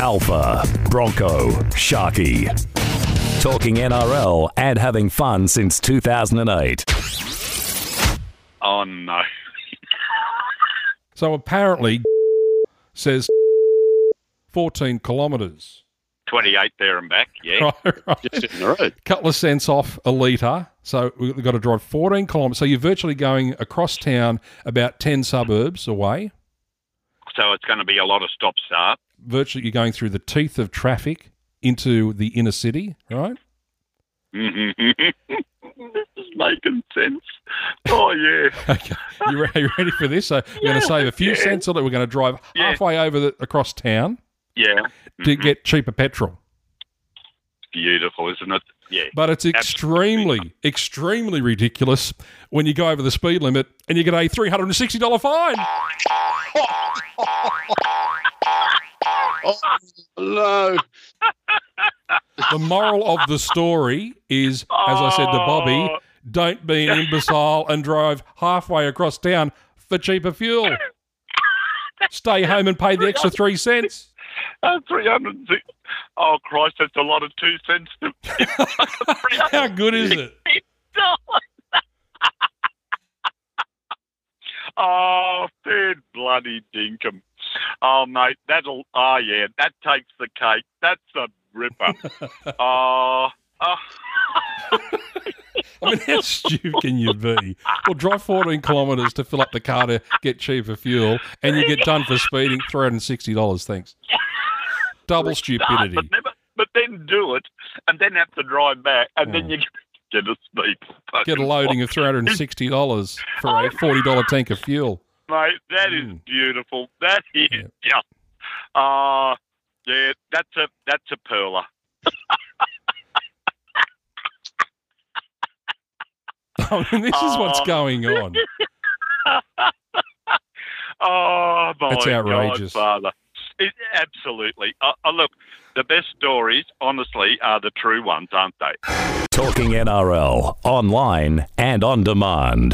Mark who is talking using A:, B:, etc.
A: Alpha, Bronco, Sharky. Talking NRL and having fun since 2008.
B: Oh no.
C: So apparently, says 14 kilometres.
B: 28 there and back, yeah.
C: Right, right.
B: Just in the road.
C: couple of cents off a litre. So we've got to drive 14 kilometres. So you're virtually going across town about 10 suburbs away.
B: So it's going to be a lot of stop start.
C: Virtually, you're going through the teeth of traffic into the inner city, right?
B: this is making sense. Oh, yeah.
C: Okay. You, re- you ready for this? So we're going to save a few
B: Yeah.
C: cents on it. We're going to drive
B: Yeah.
C: halfway over the, across town
B: Yeah.
C: to
B: Mhm.
C: get cheaper petrol.
B: Beautiful, isn't it? Yeah.
C: But it's extremely, extremely ridiculous when you go over the speed limit and you get a $360 fine.
D: No.
C: The moral of the story is, as I said to Bobby,
B: Oh.
C: don't be an imbecile and drive halfway across town for cheaper fuel. Stay home and pay the extra three cents.
B: Uh, 360. Oh, Christ, that's a lot of two cents. To...
C: How good is it?
B: oh, dead bloody dinkum. Oh, mate, that'll. Oh, yeah, that takes the cake. That's a ripper. oh, oh,
C: I mean, how stupid can you be? Well, drive 14 kilometres to fill up the car to get cheaper fuel, and you get done for speeding $360. Thanks. Double
B: start,
C: stupidity.
B: ah, but, never, but then do it, and then have to drive back, and then you get a sleep.
C: Mm. Get a loading of $360 for a $40 tank of fuel.
B: mate. That is
C: Mm.
B: beautiful. That is
C: Yeah.
B: yeah. Uh, yeah, that's a that's a perler.
C: I mean, this is what's
B: Oh.
C: going on.
B: Oh my
C: That's outrageous.
B: father. It, absolutely. Uh, uh, look, the best stories, honestly, are the true ones, aren't they?
A: Talking NRL online and on demand.